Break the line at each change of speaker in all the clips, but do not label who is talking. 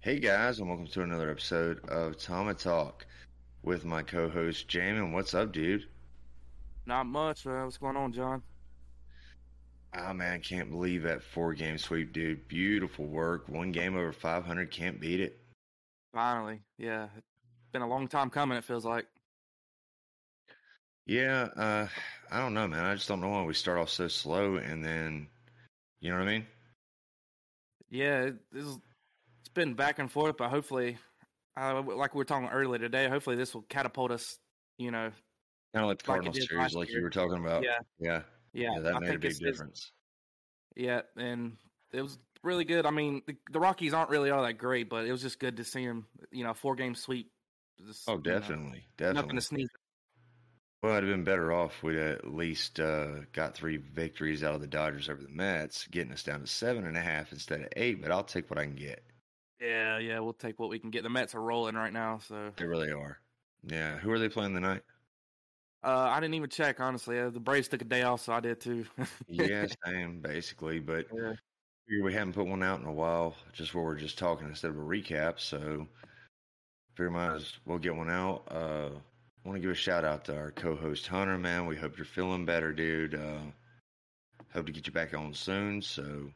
Hey guys, and welcome to another episode of Tama Talk with my co-host Jamin. What's up, dude?
Not much. Uh, what's going on, John?
Ah man, can't believe that four-game sweep, dude. Beautiful work. One game over 500, can't beat it.
Finally, yeah. It's been a long time coming, it feels like.
Yeah, uh, I don't know, man. I just don't know why we start off so slow and then, you know what I mean?
Yeah, it, it's, it's been back and forth, but hopefully, uh, like we were talking earlier today, hopefully this will catapult us, you know.
Kind of like the
Like it
Cardinals
did
series,
last
like you
year.
were talking about.
Yeah,
Yeah,
Oh, yeah.
yeah, that
I
made a
think
big
it's, it's-
difference.
yeah, and it was really good. I mean, the, the Rockies aren't really all that great, but it was just good to see them, you know, four game sweep. Just,
Oh,
you know,
definitely,
nothing
definitely.
to sneeze
Well, I'd have been better off. We'd at least uh, got three victories out of the Dodgers over the Mets, getting us down to seven and a half instead of eight. But I'll take what I can get.
Yeah, yeah, we'll take what we can get. The Mets are rolling right now, so
They really are. Yeah. Who are they playing tonight?
uh, I didn't even check honestly. Uh, the Braves took a day off, so I did too.
yeah, same basically. But
Yeah.
figure we haven't put one out in a while, just where we're just talking instead of a recap. So figure might as well get one out. Uh, I want to give a shout out to our co-host Hunter, man. We hope you're feeling better, dude. Uh, hope to get you back on soon. So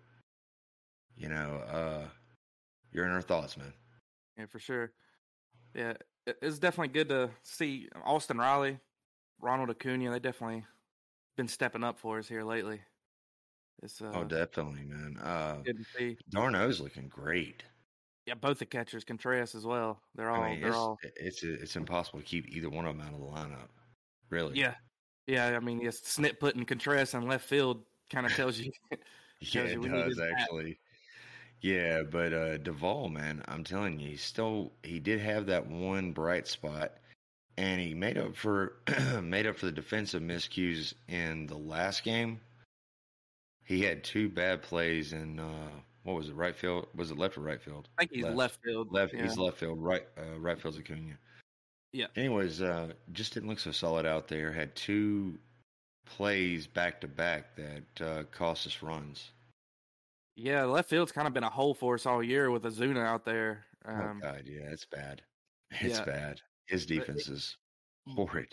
you know, uh, you're in our thoughts, man.
Yeah, for sure. Yeah, it- it's definitely good to see uh, Austin Riley, Ronald Acuna. They definitely been stepping up for us here lately. It's uh,
oh, definitely, man. Uh,
good to see.
Darno's looking great.
Yeah, both the catchers, Contreras as well. They're all
I mean,
Oh, they're
it's,
all
it's it's impossible to keep either one of them out of the lineup. Really?
yeah, yeah. I mean, yes, Snit putting Contreras in left field kind of tells you.
Yeah,
Josie,
it
we need
does
his bat.
actually. Yeah, but uh Duvall, man, I'm telling you, he still he did have that one bright spot, and he made up for made up for the defensive miscues in the last game. He had two bad plays in uh what was it, right field? Was it left or right field?
I think he's
Left.
left, field.
Left,
yeah.
he's left field, right, uh, right field's Acuna.
Yeah.
Anyways, uh, just didn't look so solid out there. Had two plays back to back that uh, cost us runs.
Yeah, left field's kind of been a hole for us all year with Azuna out there.
oh
Um,
God, yeah, it's bad. It's
yeah.
bad. His defense is horrid.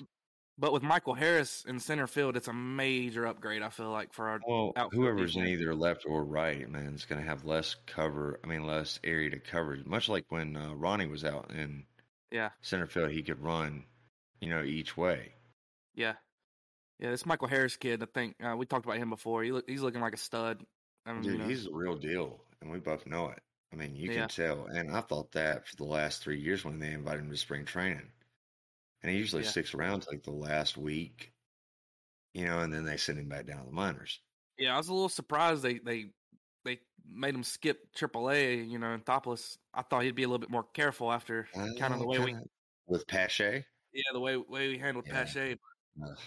but with Michael Harris in center field, it's a major upgrade. I feel like for our
Well,
outfield
whoever's in
defense.
either left or right, man, is going to have less cover. I mean, less area to cover. Much like when uh, Ronnie was out in
yeah,
center field, he could run, you know, each way.
yeah, yeah. This Michael Harris kid, I think uh, we talked about him before. He look, he's looking like a stud. Um, you
Dude,
know,
he's the real deal, and we both know it. I mean, you
Yeah.
can tell. And I thought that for the last three years when they invited him to spring training, and he usually
Yeah.
sticks around till, like the last week, you know, and then they send him back down to the minors.
yeah. I was a little surprised they they they made him skip AAA. You know, Anthopoulos. I thought he'd be a little bit more careful after kind of the way we
Kinda. Oh, with Pache.
yeah the way way we handled
Yeah.
Pache.
Ugh.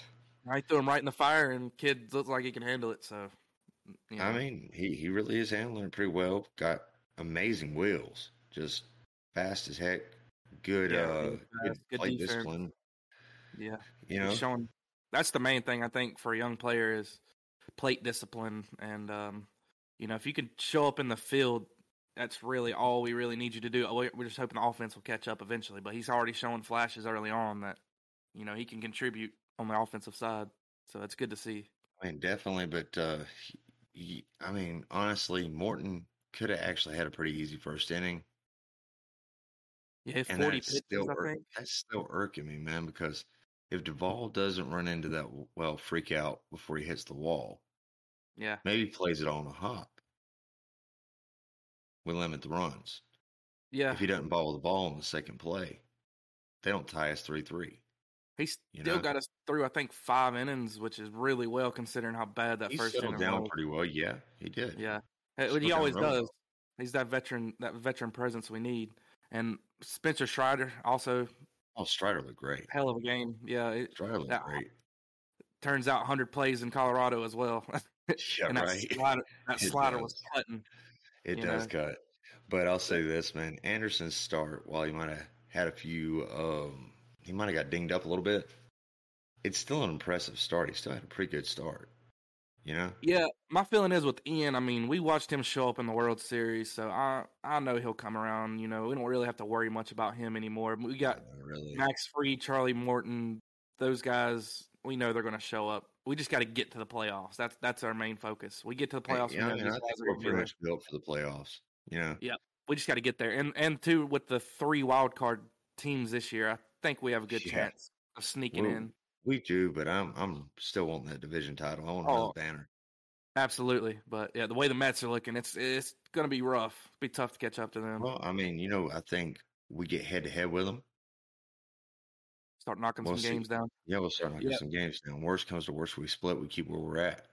I threw him right in the fire, and kid looks like he can handle it. So, you know.
I mean, he, he really is handling it pretty well. Got amazing wheels, just fast as heck. Good,
Yeah,
uh,
he's
good,
fast, good
plate
defense.
discipline.
yeah.
You
It's
know,
showing that's the main thing I think for a young player is plate discipline and um, you know if you can show up in the field that's really all we really need you to do. We- We're just hoping the offense will catch up eventually, but he's already showing flashes early on that you know he can contribute on the offensive side. So it's good to see.
I mean, definitely. But uh, he, I mean, honestly, Morton could have actually had a pretty easy first inning,
Yeah, hit
and
forty
that's
pitches,
still
I
irk,
think.
that's still irking me, man. Because if Duvall doesn't run into that well freak out before he hits the wall,
Yeah,
maybe plays it on a hop. We limit the runs.
yeah.
If he doesn't ball the ball on the second play, they don't tie us 3 3.
He's
you
still
know.
got us through I think five innings, which is really well considering how bad that
He
first
settled
inning
down
was.
pretty well. Yeah, he did.
Yeah, Hey,
Just
what he
look at
always
Romo.
does. He's that veteran, that veteran presence we need. And Spencer Strider also
Oh, Strider looked great.
hell of a game. Yeah, it
Strider looked
That-
great.
turns out 100 plays in Colorado as well.
Yeah,
and that
right.
slider, that
It
slider
does.
was cutting.
It
you
does
know.
cut. But I'll say this, man. Anderson's start, while he might have had a few, um, he might have got dinged up a little bit. It's still an impressive start. He still had a pretty good start. You know,
Yeah, my feeling is with Ian. I mean, we watched him show up in the World Series, so I I know he'll come around. You know, we don't really have to worry much about him anymore. We got
Uh, really.
Max Free, Charlie Morton, those guys. We know they're going to show up. We just got to get to the playoffs. That's that's our main focus. We get to the
Hey,
playoffs. we
yeah, I
know
mean,
these
I
guys
think
are
we're
gonna be
pretty
there.
much built for the playoffs. You know,
we just got to get there. And and two with the three wild card teams this year, I think we have a good
Yeah.
chance of sneaking
We're-
in.
we do, but I'm I'm still wanting that division title. I want
Oh.
another banner.
Absolutely, but yeah, the way the Mets are looking, it's it's going to be rough. Be tough to catch up to them.
Well, I mean, you know, I think we get head to head with them.
Start knocking
we'll
some
see.
games down.
Yeah, we'll start knocking
Yeah.
some games down. Worst comes to worst, we split. We keep where we're at.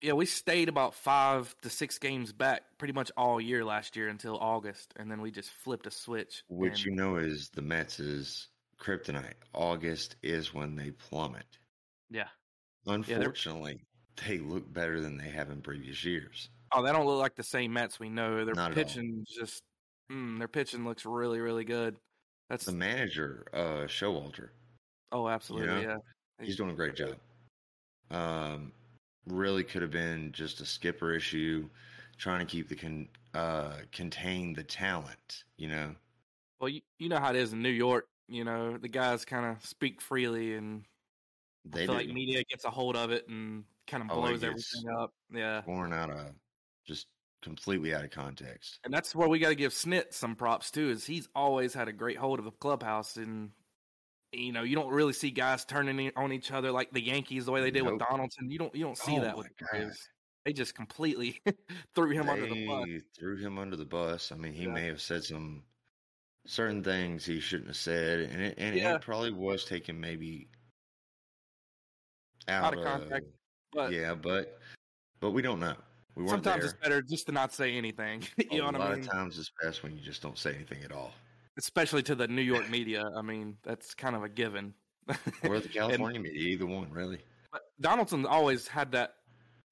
Yeah, we stayed about five to six games back pretty much all year last year until August, and then we just flipped a switch.
Which
and
you know is the Mets is kryptonite. August is when they plummet.
Yeah. they're-
Unfortunately, they look better than they have in previous years.
oh, they don't look like the same Mets we know. Their
Not at all.
pitching just, mm, their pitching looks really, really good. That's
The manager, uh, Showalter,
oh, absolutely, yeah.
he's doing a great job. Um, really could have been just a skipper issue, trying to keep the con- uh, contain the talent. You know,
Well, you, you know how it is in New York. You know the guys kind of speak freely, and I
they
feel
do
like media gets a hold of it and kind of
Oh, it
blows
gets-
everything up. Yeah,
born out of just completely out of context.
and that's where we got to give Snit some props too, is he's always had a great hold of the clubhouse, and you know you don't really see guys turning i- on each other like the Yankees the way they did with
Nope.
Donaldson. You don't you don't see
Oh
that
my
with the
God.
Braves. They just completely threw him under the bus.
They Threw him under the bus. I mean, he
Yeah.
may have said some certain things he shouldn't have said, and it, and
Yeah.
it probably was taken maybe
Out
out,
of context, But
uh, yeah, but but we don't know. We weren't
sometimes it's
there.
better just to not say anything.
A
you know what
lot
I mean?
of times it's best when you just don't say anything at all.
especially to the New York media. I mean, that's kind of a given.
Or the California media, either one, really.
But Donaldson always had that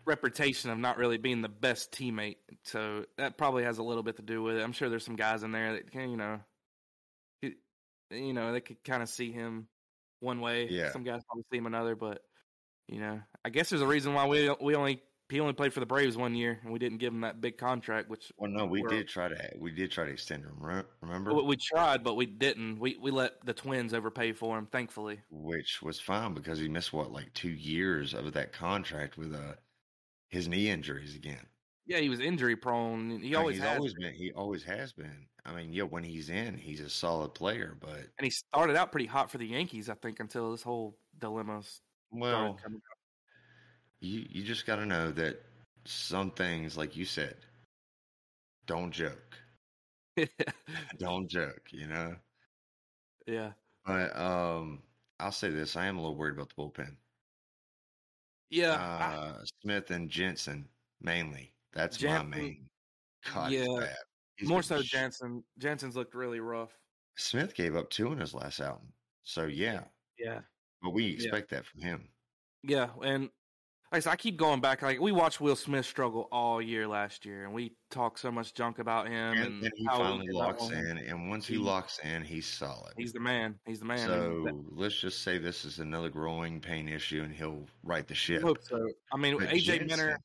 reputation of not really being the best teammate, so that probably has a little bit to do with it. I'm sure there's some guys in there that can, you know, he- you know, they could kind of see him one way.
Yeah.
Some guys probably see him another, but you know, I guess there's a reason why we we only he only played for the Braves one year and we didn't give him that big contract, which
Well, no, we
Or-
did try to we did try to extend him. re- Remember,
we we tried, but we didn't. We we let the Twins overpay for him, thankfully.
which was fine because he missed what like two years of that contract with uh his knee injuries again.
Yeah, he was injury prone. and He
Like,
always
he's
has,
always been he always has been. I mean, yeah, when he's in, he's a solid player, but
and he started out pretty hot for the Yankees, I think, until this whole dilemma started
well,
coming. up.
you you just got to know that some things like you said don't joke. Don't joke, you know?
yeah,
But um I'll say this, I am a little worried about the bullpen.
yeah, I-
Uh Smith and Jensen mainly. That's
Jensen-
my main. God,
yeah,
he's bad. He's
more
been
so
sh-
Jansen. Jansen's looked really rough.
Smith gave up two in his last outing. So yeah,
Yeah,
but we expect that from him.
yeah, and like I said, I keep going back. Like we watched Will Smith struggle all year last year, and we talked so much junk about him.
And,
And,
then he
how we
finally
did not
locks
want him.
in, and once he,
He-
locks in, he's solid.
He's the man. He's the man. and
so
that-
let's just say this is another growing pain issue, and he'll right the
I
ship.
hope so. I mean,
But
AJ
Jensen,
Minner.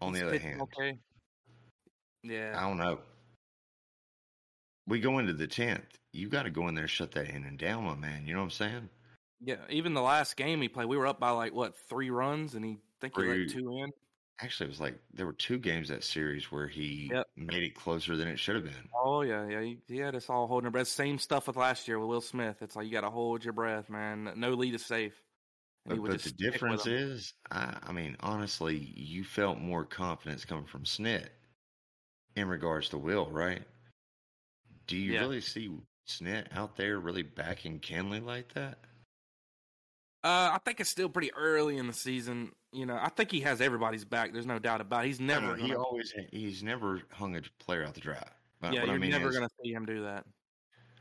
on the
he's
other
pitching
hand,
okay. Yeah,
I don't know. We go into the tenth. You got to go in there, shut that inning down, my man. You know what I'm saying?
Yeah, even the last game he played, we were up by like what three runs, and he I think he
Three.
let two in.
Actually, it was like there were two games that series where he
Yep.
made it closer than it should have been.
Oh yeah, yeah, he, he had us all holding our breath. Same stuff with last year with Will Smith. It's like you got to hold your breath, man. No lead is safe.
But, but the
stick with
difference
'em.
is, I, I mean, honestly, you felt more confidence coming from Snit in regards to Will, right? Do you
Yeah.
really see Snit out there really backing Kenley like that?
Uh, I think it's still pretty early in the season. You know, I think he has everybody's back. There's no doubt about. it. He's
No,
never.
no, he
gonna,
always he's never hung a player out the dry. But
yeah,
what
you're
I mean
never
is,
gonna see him do that.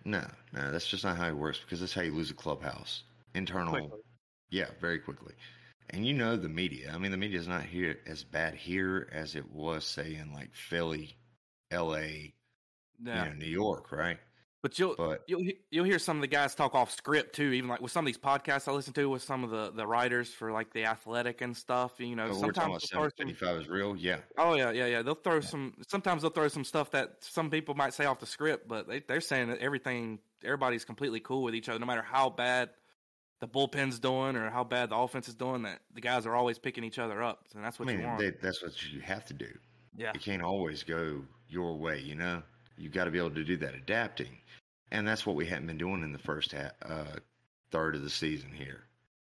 no, no, that's just not how it works because that's how you lose a clubhouse internal.
Quickly.
Yeah, very quickly. And you know the media. I mean, the media is not here as bad here as it was, say, in like Philly, L.A.,
Yeah,
you know, New York, right?
But you'll
But
you'll he- you'll hear some of the guys talk off script too. Even like with some of these podcasts I listen to, with some of the the writers for like the athletic and stuff. You know,
oh, we're talking
sometimes
about
they'll throw some-
755 is real. Yeah,
Oh yeah, yeah, yeah. They'll throw some. Sometimes they'll throw some stuff that some people might say off the script, but they, they're saying that everything, everybody's completely cool with each other, no matter how bad the bullpen's doing or how bad the offense is doing. That the guys are always picking each other up, and that's
I
what you
mean
want.
they, that's what you have to do.
yeah,
It can't always go your way. You know, you got to be able to do that adapting, and that's what we haven't been doing in the first half, uh, third of the season here.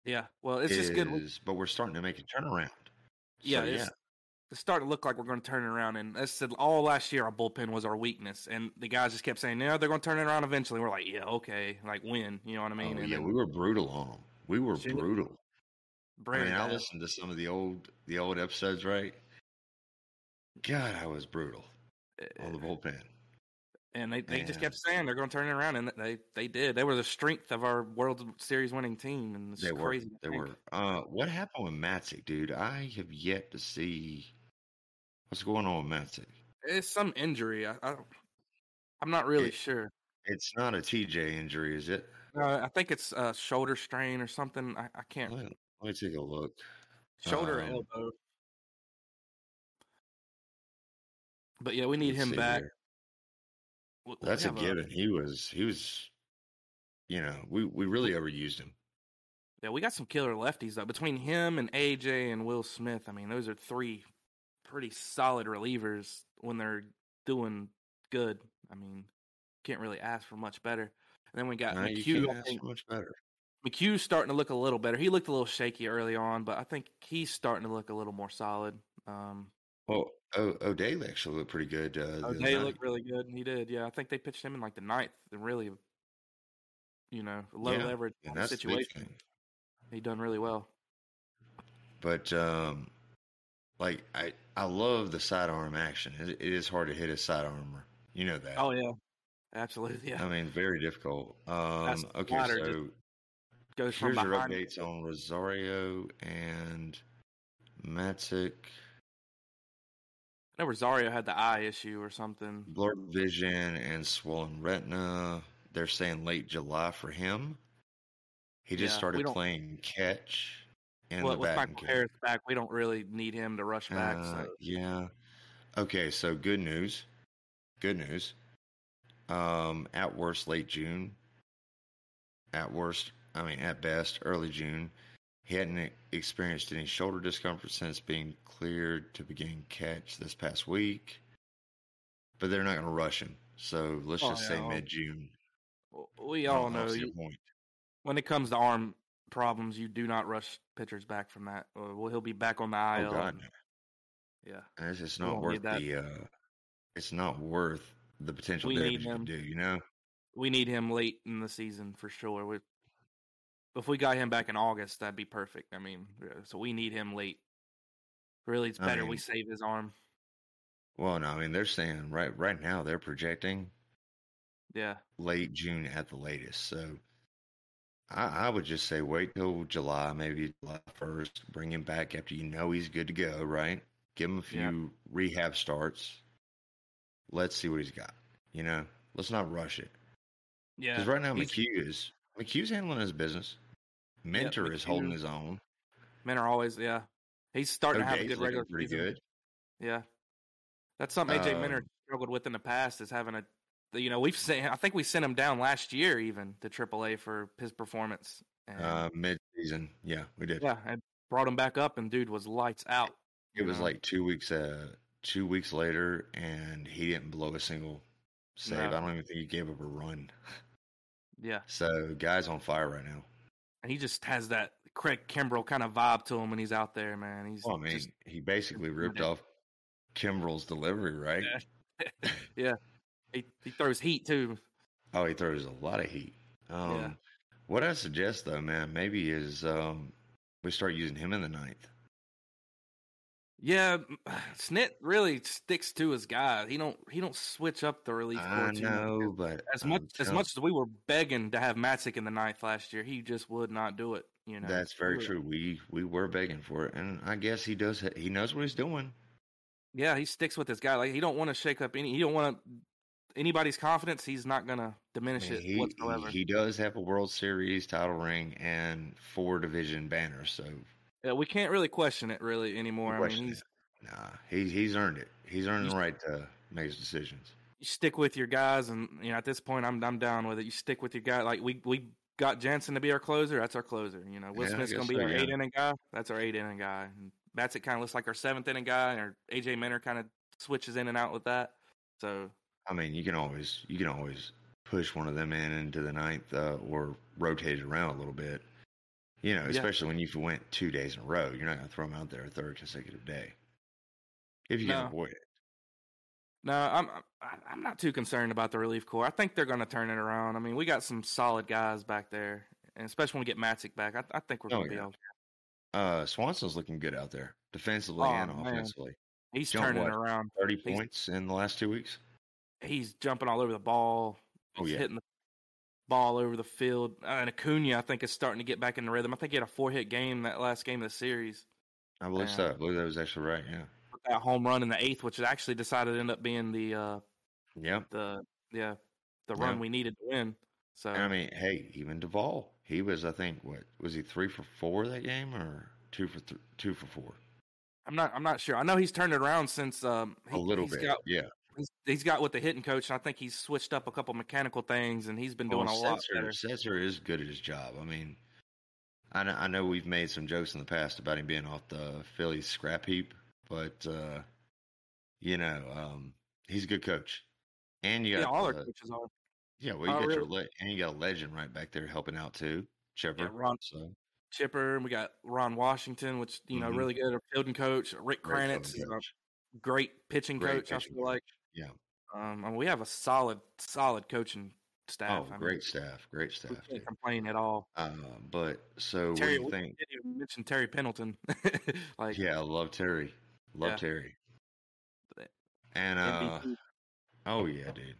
yeah. Well, it's just good.
is- But we're starting to make a turnaround.
Yeah,
So,
it's, it's starting to look like we're going to turn it around. And as I said, all last year our bullpen was our weakness, and the guys just kept saying, "No, they're going to turn it around eventually." We're like, "Yeah, okay." Like when, you know what I mean?
Oh,
and
yeah,
then
we were brutal on them. We were
Should've-
brutal. I
Brandon
mean, I
Bass-
listened to some of the old the old episodes, right? God, I was brutal
Eh,
on the bullpen.
And they, they just
Yeah.
kept saying they're going to turn it around, and they they did. They were the strength of our World Series winning team, and it's
They were.
crazy. to
They
think.
were. Uh, what happened with Matzik, dude? I have yet to see what's going on with Matzik.
It's some injury. I, I don't, I'm not really
It-
sure.
It's not a TJ injury, is it?
Uh, I think it's a shoulder strain or something. I, I can't.
Let, let me take a look.
Shoulder or
Um,
elbow. But yeah, we need
Let's
him
see
back.
here.
We- we
That's a
have
given. He was. He was. You know, we we really overused him.
Yeah, we got some killer lefties though. Between him and AJ and Will Smith, I mean, those are three pretty solid relievers when they're doing good. I mean, can't really ask for much better. And then we got
No, you
McHugh.
can't
Uh, I
ask
think
for much better.
McHugh's starting to look a little better. He looked a little shaky early on, but I think he's starting to look a little more solid. Um,
Well, o- O'Day Oh, actually looked pretty good. Uh, the other
they
night.
looked really good. He did, yeah. I think they pitched him in like the ninth, and really, you know, low
Yeah,
leverage
and that's the big
situation.
thing.
He done really well.
But um, like I, I love the sidearm action. It, it is hard to hit a sidearm. You know that.
Oh yeah, absolutely. Yeah,
I mean, very difficult. Um, okay,
water, just
so
goes from
here's your
behind.
updates on Rosario and Matzik.
I know Rosario had the eye issue or something.
Blurred vision and swollen retina. They're saying late July for him. He just
Yeah, we
started
don't-
playing catch and
Well,
the
with
batting
Michael
cage.
Harris back, we don't really need him to rush back.
Uh,
so
yeah. Okay, so good news. Good news. Um, at worst, late June. At worst, I mean, at best, early June. He hadn't e- experienced any shoulder discomfort since being cleared to begin catch this past week. But they're not going to rush him. So let's
Oh,
just
yeah.
say mid June.
w- we all know you,
point.
when it comes to arm problems, you do not rush pitchers back from that. Uh, well, he'll be back on the IL.
Oh, God.
and- Yeah,
It's just
We
not
don't need
worth
that.
the. Uh, it's not worth the potential
We need
damage you
him.
can do. You know.
we need him late in the season for sure. We, if we got him back in August, that'd be perfect. I mean, yeah, so we need him late. Really, it's
I
better we
mean-
save his arm.
Well, no, I mean they're saying right right now they're projecting
Yeah,
late June at the latest. So I, I would just say wait till July, maybe July first, bring him back after you know he's good to go, right? Give him a few
Yeah.
rehab starts. Let's see what he's got. You know, let's not rush it
yeah.
because right now
he's-
McHugh is McHugh's handling his business. Mentor is holding
McHugh.
his own.
Men are always yeah. He's starting to have a
O'Day's
good
looking
regular
pretty
season.
good.
Yeah, that's something AJ
Um,
Minner struggled with in the past is having a, you know, we've sent. I think we sent him down last year even to AAA for his performance. And,
Uh, mid season, yeah, we did.
yeah, and brought him back up, and dude was lights out.
It
you
was
know?
like two weeks uh two weeks later and he didn't blow a single save.
No.
I don't even think he gave up a run.
yeah,
So guy's on fire right now.
and he just has that Craig Kimbrell kind of vibe to him when he's out there, man. He's
Well, I mean,
just-
he basically ripped
Yeah.
off Kimbrel's delivery, right?
he, he throws heat too.
Oh, he throws a lot of heat. Um
Yeah.
what I suggest though, man, maybe is um we start using him in the ninth.
Yeah, Snit really sticks to his guy. He don't he don't switch up the relief.
I
corps too much.
know, but uh,
As
I'm
much as
tell-
much as we were begging to have Matzik in the ninth last year, he just would not do it. You know,
that's very
We were-
true. We we were begging for it, and I guess he does. He knows what he's doing.
Yeah, he sticks with this guy. Like he don't want to shake up any. He don't want to anybody's confidence, he's not going to diminish
I mean,
it
he,
whatsoever.
he does have a World Series title ring and four division banners, so
yeah, we can't really question it really anymore. I mean,
question
he's,
it. nah, he, he's earned it. He's earned the
He's-
right to make his decisions.
you stick with your guys, and you know at this point, I'm I'm down with it. You stick with your guy. Like we we got Jansen to be our closer. That's our closer. You know, Will
Yeah, I
Smith's going
guess
to be
so,
our
yeah.
eight inning guy. That's our eight inning guy. And that's it. Kind of looks like our seventh inning guy, or AJ Minner kind of switches in and out with that. So
I mean, you can always you can always push one of them in into the ninth uh, or rotate it around a little bit. You know,
Yeah.
especially when you've went two days in a row, you're not going to throw them out there a third consecutive day if you can
No.
avoid it.
no, I'm I'm- I'm not too concerned about the relief corps. I think they're going to turn it around. I mean, we got some solid guys back there, and especially when we get Matzik back, I, I think we're
Oh,
going to
yeah.
be okay.
Uh, Swanson's looking good out there defensively
Aw,
and
Oh, man.
offensively.
He's
Jump
turning
what?
around.
Thirty
He's-
points in the last two weeks.
he's jumping all over the ball.
Oh,
He's
yeah.
hitting the ball over the field. Uh, and Acuna, I think, is starting to get back in the rhythm. I think he had a four hit game that last game of the series.
I believe
Yeah.
so. I believe that was actually right. Yeah.
With That home run in the eighth, which actually decided to end up being the uh,
Yep.
the yeah the
Yeah.
run we needed to win. So
And I mean, hey, even Duvall, he was, I think, what was he three for four that game or two for th- two for four?
I'm not I'm not sure. I know he's turned it around since um,
A little
he's
bit,
got-
yeah.
he's- he's got with the hitting coach, and I think he's switched up a couple mechanical things, and he's been doing a
Well,
lot
Setzer-
better.
Setzer is good at his job. I mean, I know, I know we've made some jokes in the past about him being off the Phillies scrap heap, but uh, you know, um, he's a good coach. And you
Yeah,
got
all our
the-
coaches are.
yeah, well, you
our
got your
real-
le- and you got a legend right back there helping out too, Chipper.
Ron-
so
Chipper, and we got Ron Washington, which you know
Mhm.
really good. Our fielding coach Rick
great
Kranitz
fucking
is a
coach.
great pitching
Great
coach.
pitching
I feel like
Yeah.
um, and we have a solid, solid coaching staff.
Oh,
I mean,
great staff, great
we
staff.
can't
dude.
complain at all.
Uh, but so
Terry,
what
we
do you think?
didn't even mention Terry Pendleton. like
yeah, I love Terry. Love
Yeah.
Terry.
But-
And uh,
MVP.
oh yeah, dude.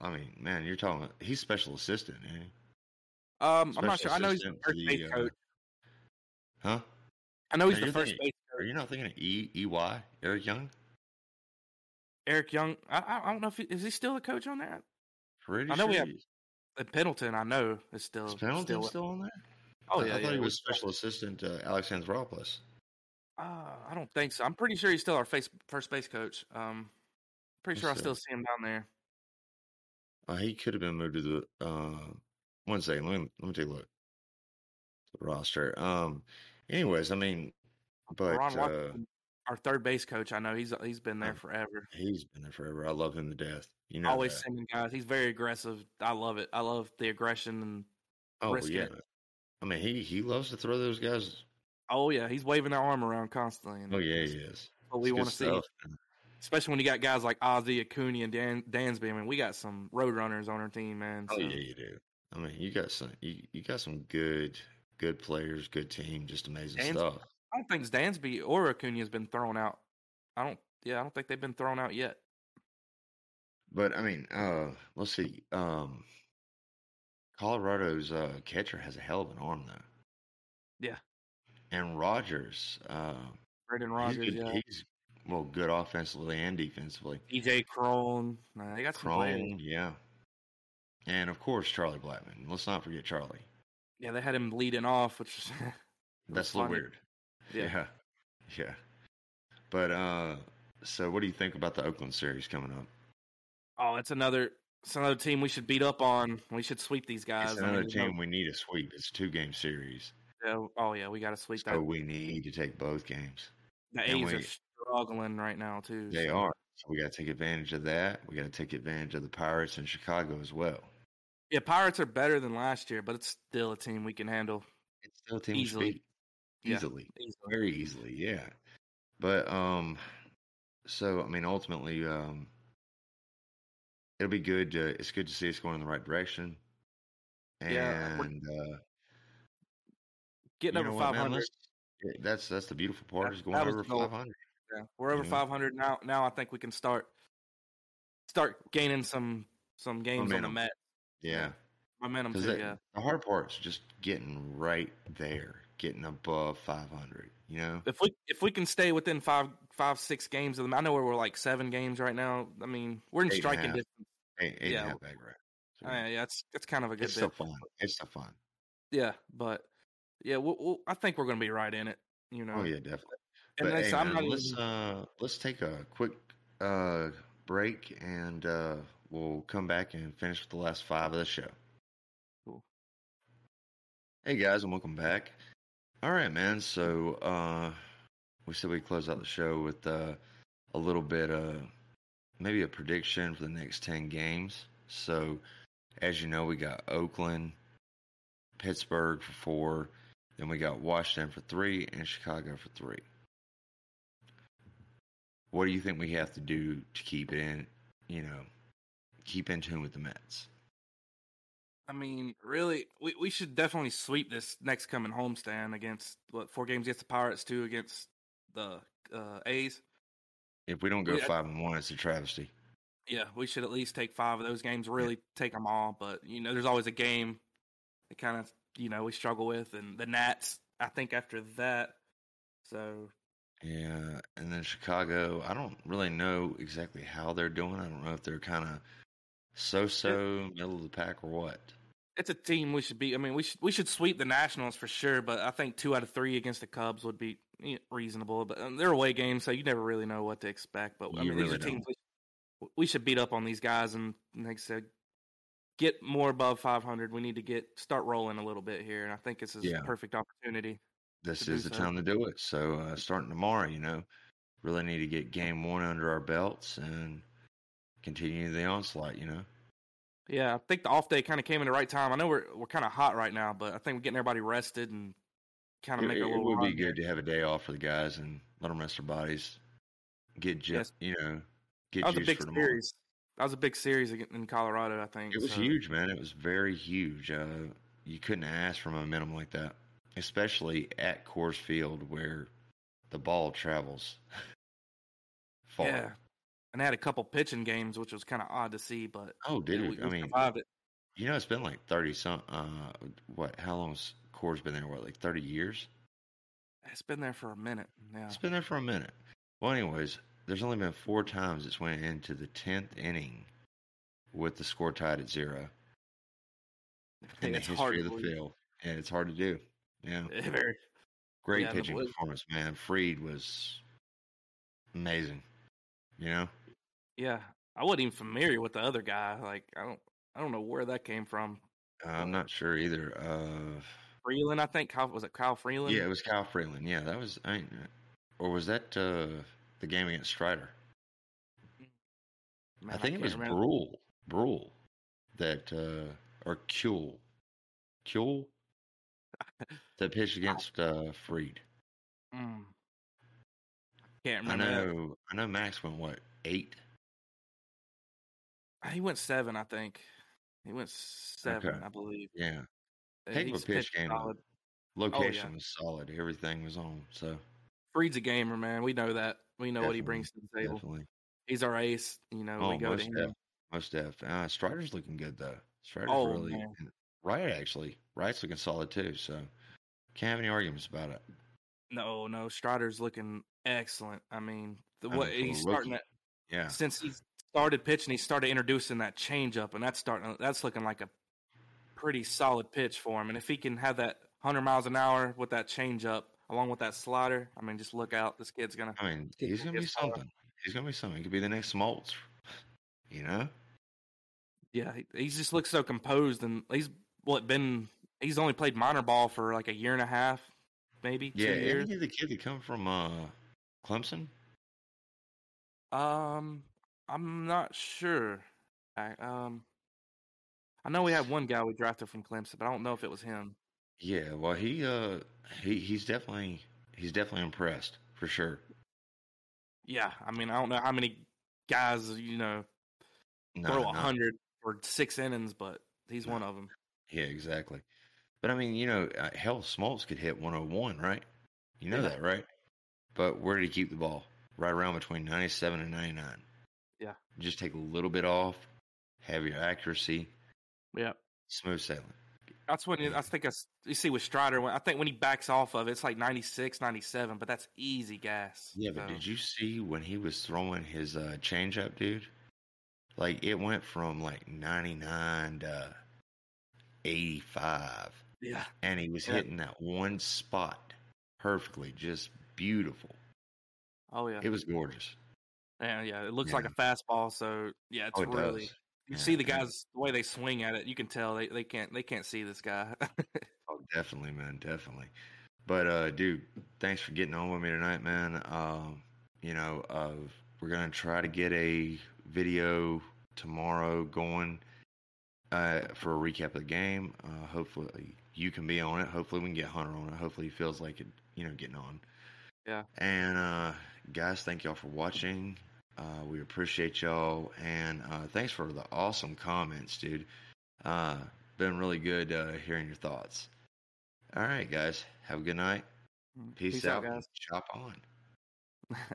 I mean, man, you're talking. About, he's special assistant, man.
um, I'm
special
not sure. I know he's the
assistant to
first
the,
base
uh,
coach.
Huh?
I know he's
no,
the
you're
first
thinking-
base.
Are you not thinking of E E Y Eric Young?
Eric Young. I- I, I don't know if he, is he still a coach on there.
Pretty
I know
sure
we have-
he's-
And Pendleton, I know is still
is Pendleton still,
still.
on there?
oh
I-
yeah,
I thought
yeah.
he was special assistant to Alex Anthropoulos.
Uh, I don't think so. I'm pretty sure he's still our face, first base coach. Um, pretty
Yes,
sure I
sir.
still see him down there.
Uh, he could have been moved to the. Uh, one second. Let me let me take a look. The roster. Um. Anyways, I mean, but
Ron
uh,
Washington, our third base coach, I know he's he's been there
Oh.
forever.
he's been there forever. I love him to death. You know,
Always
that.
sending guys. He's very aggressive. I love it. I love the aggression and
Oh
risk
yeah.
it.
I mean, he he loves to throw those guys.
oh yeah, he's waving their arm around constantly. And
Oh yeah,
it's
he is.
What we
It's good
want to see,
stuff, man.
especially when you got guys like Ozzy, Acuna, and Dan Dansby. I mean, we got some road runners on our team, man.
Oh
so-
yeah, you do. I mean, you got some you, you got some good good players, good team, just amazing
And-
stuff.
I don't think Dansby or Acuna has been thrown out. I don't. Yeah, I don't think they've been thrown out yet.
But I mean, uh, let's see. Um, Colorado's uh, catcher has a hell of an arm though.
Yeah.
And Rogers, uh,
Brendan
he's
Rodgers,
good.
yeah.
He's well, good offensively and defensively.
EJ Crone. Nah, they got some players.
Crone, yeah. And of course, Charlie Blackman. Let's not forget Charlie.
Yeah, they had him leading off, which is
That's a little
funny.
weird.
Yeah.
yeah. Yeah. But uh so what do you think about the Oakland series coming up?
oh, it's another it's another team we should beat up on. We should sweep these guys.
It's
Uh, I mean,
another
there's no-
team we need a sweep. It's a two game series.
yeah, oh yeah, we got to sweep
So
that.
we need to take both games.
The
and
A's are
we-
struggling right now too.
They
so-
are. So we gotta take advantage of that. We gotta take advantage of the Pirates in Chicago as well.
Yeah, Pirates are better than last year, but it's still a team we can handle
It's still a team we should
Easily.
beat.
Yeah.
Easily.
easily.
Very easily, yeah. But um so I mean ultimately um it'll be good to, it's good to see it's going in the right direction.
Yeah, we're-
And uh
Getting
You
over
know what,
five
man,
hundred.
let's- yeah, That's that's the beautiful part
That-
is going
that was
over
the goal.
five hundred.
Yeah, we're over
Yeah.
five hundred now. Now I think we can start start gaining some some games on
Momentum.
the Met
Yeah,
momentum too.
because
yeah,
the hard part is just getting right there, getting above five hundred. You know,
if we if we can stay within five five six games of them, I know where we're like seven games right now. I mean, we're
Eight
in
and a
striking
half.
distance.
Eight, eight and a
Yeah.
half back rack. So,
I mean, yeah, it's it's kind of a good
it's
bit.
still fun. It's still fun.
Yeah, but yeah, we'll, we'll, I think we're gonna be right in it. You know.
Oh yeah, definitely.
And
But,
then,
hey,
so I'm
man,
not
let's
even-
uh, let's take a quick uh, break and uh, we'll come back and finish with the last five of the show.
Cool.
Hey guys, and welcome back. All right, man. So uh, we said we close out the show with uh, a little bit of maybe a prediction for the next ten games. So as you know, we got Oakland, Pittsburgh for four, then we got Washington for three, and Chicago for three what do you think we have to do to keep in, you know, keep in tune with the Mets?
I mean, really, we, we should definitely sweep this next coming homestand against what four games against the Pirates, two against the uh, A's.
If we don't go
Yeah.
five and one, it's a travesty.
Yeah, we should at least take five of those games. Really take them all, but you know, there's always a game that kind of you know we struggle with, and the Nats. I think after that, so
Yeah, and then Chicago, I don't really know exactly how they're doing. I don't know if they're kind of so-so, middle of the pack, or what.
it's a team we should be. I mean, we should we should sweep the Nationals for sure, but I think two out of three against the Cubs would be eh, reasonable. But um, they're away games, so you never really know what to expect. But I
You
mean, these
really
are teams we, we should beat up on these guys, and like I said, get more above five hundred. We need to get start rolling a little bit here, and I think this is
Yeah.
a perfect opportunity.
This
To do
is the
so.
time to do it. So uh, starting tomorrow, you know, really need to get game one under our belts and continue the onslaught. You know,
Yeah, I think the off day kind of came in the right time. I know we're we're kind of hot right now, but I think we're getting everybody rested and kind of
it,
make a
it- it
little.
would be
run.
good to have a day off for the guys and let them rest their bodies, get ju-
Yes.
you know, get
That was a
juice
big
for tomorrow.
series. That was a big series ag- in Colorado, I think.
It was
so-
huge, man. It was very huge. Uh, you couldn't ask for momentum like that, especially at Coors Field where the ball travels far.
Yeah. And they had a couple pitching games, which was kind of odd to see, but
Oh,
yeah,
dude!
we,
I
we
mean,
survived it.
you know, it's been like thirty some. Uh, what? How long's Coors been there? What, like thirty years?
It's been there for a minute. Yeah,
It's been there for a minute. Well, anyways, there's only been four times it's went into the tenth inning with the score tied at zero in
Yeah,
the
it's
history
hard
of
to
the
believe.
field, and it's hard to do. Yeah.
Very.
Great
Yeah, the
pitching
Blue-
performance, man. Freed was amazing. You know,
Yeah, I wasn't even familiar with the other guy. Like, I don't, I don't know where that came from.
Uh, I'm not sure either. Uh,
Freeland, I think. Kyle, was it Kyle Freeland?
yeah, it was Kyle Freeland. Yeah, that was. I mean, or was that uh, the game against Strider?
Man,
I think it
can't
was
remember.
Brule. Brule that uh, or Kuhl. Kuhl that pitched against uh, Freed.
Mm. Can't
I
remember. that.
know. I know. Max went what eight?
He went seven, I think. He went seven, I believe.
Yeah.
Uh,
Heck of a
he's
pitch
pitched
game, though.
solid.
Location was solid. Everything was on. So
Freed's a gamer, man. We know that. We know what
Definitely,
he brings to the table.
definitely.
He's our ace. You know,
Oh,
we go to
most
him.
def, most def. Uh, Strider's looking good though. Strider's
Oh,
really
man.
and Wright actually. Wright's looking solid too. So can't have any arguments about it.
No, no, Strider's looking excellent. I mean, the
I mean,
way
for a
he's starting
rookie.
that
Yeah,
since he started pitching, he started introducing that changeup, and that's starting. That's looking like a pretty solid pitch for him. And if he can have that 100 miles an hour with that changeup along with that slider, I mean, just look out. This kid's gonna.
I mean
Kid
he's
can
gonna be
get solid.
something. He's gonna be something. He could be the next Smoltz. You know,
Yeah, he, he just looks so composed, and he's what been. He's only played minor ball for like a year and a half, maybe
yeah.
two years.
Isn't he the kid that come from uh, Clemson?
Um, I'm not sure. I um, I know we had one guy we drafted from Clemson, but I don't know if it was him.
Yeah. Well, he uh, he he's definitely he's definitely impressed for sure.
Yeah, I mean, I don't know how many guys you know
No,
throw a
not-
hundred or six innings, but he's
No.
one of them.
Yeah, exactly. But I mean, you know, uh, hell, Smoltz could hit 101, right? You know
Yeah.
that, right? But where did he keep the ball? Right around between 97 and 99.
Yeah.
Just take a little bit off, have your accuracy,
Yeah,
smooth sailing.
that's when you- I think that's you see with Strider. When I think when he backs off of it, it's like 96, 97, but that's easy gas.
Yeah, but
so-
did you see when he was throwing his uh, changeup, dude? Like it went from like 99 to 85
Yeah.
and he was
Yeah.
hitting that one spot perfectly, just beautiful.
Oh yeah.
It was gorgeous.
yeah, yeah. It looks like a fastball. So yeah, it's
Oh, it
really.
does. Yeah,
You see the
it does.
guys the way they swing at it. You can tell they, they can't they can't see this guy.
Oh, definitely, man, definitely. But uh, dude, thanks for getting on with me tonight, man. Um, you know, uh, we're gonna try to get a video tomorrow going uh, for a recap of the game. Uh, hopefully, you can be on it. Hopefully, we can get Hunter on it. Hopefully, he feels like it, you know, getting on.
Yeah.
And uh, guys, thank y'all for watching. Uh, we appreciate y'all, and uh, thanks for the awesome comments, dude. Uh, been really good uh, hearing your thoughts. All right, guys, have a good night. Mm, Peace, out.
guys.
Chop on.